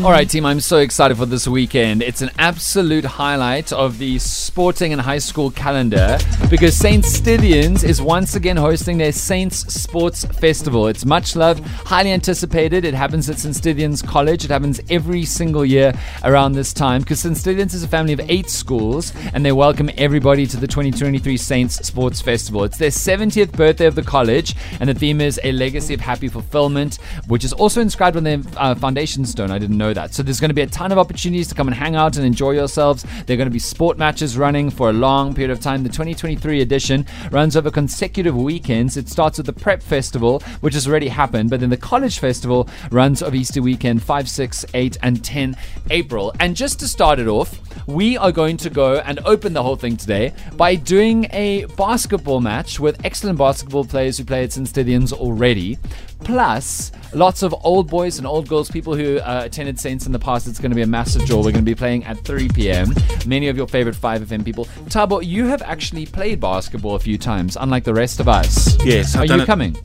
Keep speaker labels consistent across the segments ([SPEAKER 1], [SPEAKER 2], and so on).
[SPEAKER 1] All right, team, I'm so excited for this weekend. It's an absolute highlight of the sporting and high school calendar because Saint Stithians is once again hosting their Saints Sports Festival. It's much loved, highly anticipated. It happens at St. Stithians College. It happens every single year around this time because St. Stithians is a family of eight schools and they welcome everybody to the 2023 Saints Sports Festival. It's their 70th birthday of the college and the theme is a legacy of happy fulfillment, which is also inscribed on their uh, foundation stone. I didn't know that. So there's going to be a ton of opportunities to come and hang out and enjoy yourselves. There are going to be sport matches running for a long period of time. The 2023 edition runs over consecutive weekends. It starts with the Prep Festival, which has already happened, but then the College Festival runs over Easter weekend 5, 6, 8, and 10 April. And just to start it off, we are going to go and open the whole thing today by doing a basketball match with excellent basketball players who play at St. Stithians already, plus lots of old boys and old girls, people who uh, attended Saints in the past. It's going to be a massive draw. We're going to be playing at 3 p.m. Many of your favorite 5FM people. Tabo, you have actually played basketball a few times, unlike the rest of us.
[SPEAKER 2] Yes, I've
[SPEAKER 1] Are
[SPEAKER 2] done
[SPEAKER 1] you
[SPEAKER 2] it-
[SPEAKER 1] coming?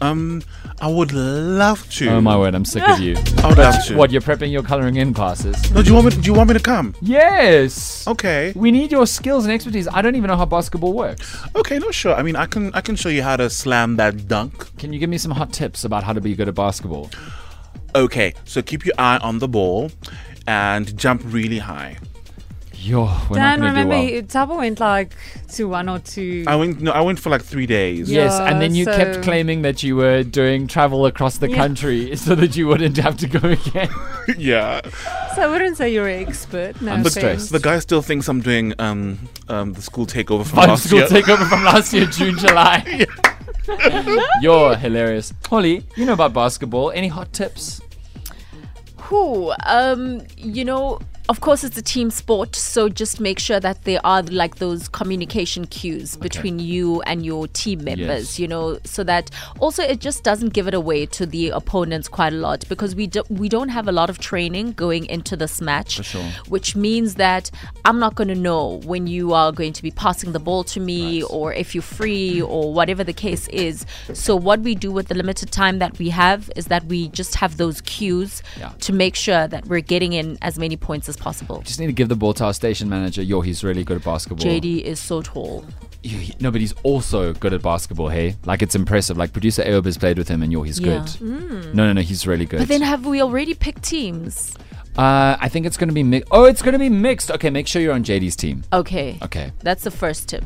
[SPEAKER 2] Um, I would love to.
[SPEAKER 1] Oh my word, I'm sick of you.
[SPEAKER 2] I would love to.
[SPEAKER 1] What, you're prepping your coloring in classes?
[SPEAKER 2] No, do you want me? Do you want me to come?
[SPEAKER 1] Yes!
[SPEAKER 2] Okay.
[SPEAKER 1] We need your skills and expertise. I don't even know how basketball works.
[SPEAKER 2] Okay. No, sure. I mean, I can. I can show you how to slam that dunk.
[SPEAKER 1] Can you give me some hot tips about how to be good at basketball?
[SPEAKER 2] Okay. So keep your eye on the ball, and jump really high.
[SPEAKER 1] Yo, we're not going to
[SPEAKER 3] Dan,
[SPEAKER 1] do
[SPEAKER 3] remember,
[SPEAKER 1] well.
[SPEAKER 3] you Tabo went like to one or two.
[SPEAKER 2] I went. No, I went for like three days.
[SPEAKER 3] Yeah.
[SPEAKER 1] Yes, and then you kept
[SPEAKER 3] so-
[SPEAKER 1] claiming that you were doing travel across the
[SPEAKER 3] Yeah.
[SPEAKER 1] country so that you wouldn't have to go again.
[SPEAKER 2] yeah.
[SPEAKER 3] so I wouldn't say you're an expert. No
[SPEAKER 1] I'm
[SPEAKER 3] offense.
[SPEAKER 1] stressed.
[SPEAKER 2] The guy still thinks I'm doing um um the school takeover from
[SPEAKER 1] Fun
[SPEAKER 2] last
[SPEAKER 1] school
[SPEAKER 2] year.
[SPEAKER 1] takeover from last year, June, July. You're hilarious. Holly, you know about basketball. Any hot tips?
[SPEAKER 4] Who? Um, you know, of course, it's a team sport, so just make sure that there are like those communication cues between you and your team members.
[SPEAKER 1] Yes.
[SPEAKER 4] You know, so that also it just doesn't give it away to the opponents quite a lot because we do, we don't have a lot of training going into this match,
[SPEAKER 1] sure.
[SPEAKER 4] which means that I'm not going to know when you are going to be passing the ball to me or if you're free or whatever the case is. So what we do with the limited time that we have is that we just have those cues
[SPEAKER 1] Yeah.
[SPEAKER 4] to make sure that we're getting in as many points as possible.
[SPEAKER 1] Just need to give the ball to our station manager. Yo, he's really good at basketball.
[SPEAKER 4] JD is so tall.
[SPEAKER 1] Yo, he- No, but he's also good at basketball, hey? Like, it's impressive. Like, producer Aob has played with him, and yo, he's
[SPEAKER 4] Yeah. Mm.
[SPEAKER 1] good. No, no, no, he's really good.
[SPEAKER 4] But then have we already picked teams?
[SPEAKER 1] uh, I think it's going to be mixed. Oh, it's going to be mixed. Okay, make sure you're on JD's team.
[SPEAKER 4] Okay.
[SPEAKER 1] Okay.
[SPEAKER 4] That's the first tip.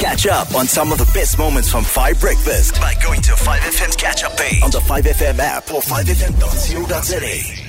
[SPEAKER 5] Catch up on some of the best moments from Five Breakfast by going to 5FM's catch up page on the 5FM app or 5FM.co.za.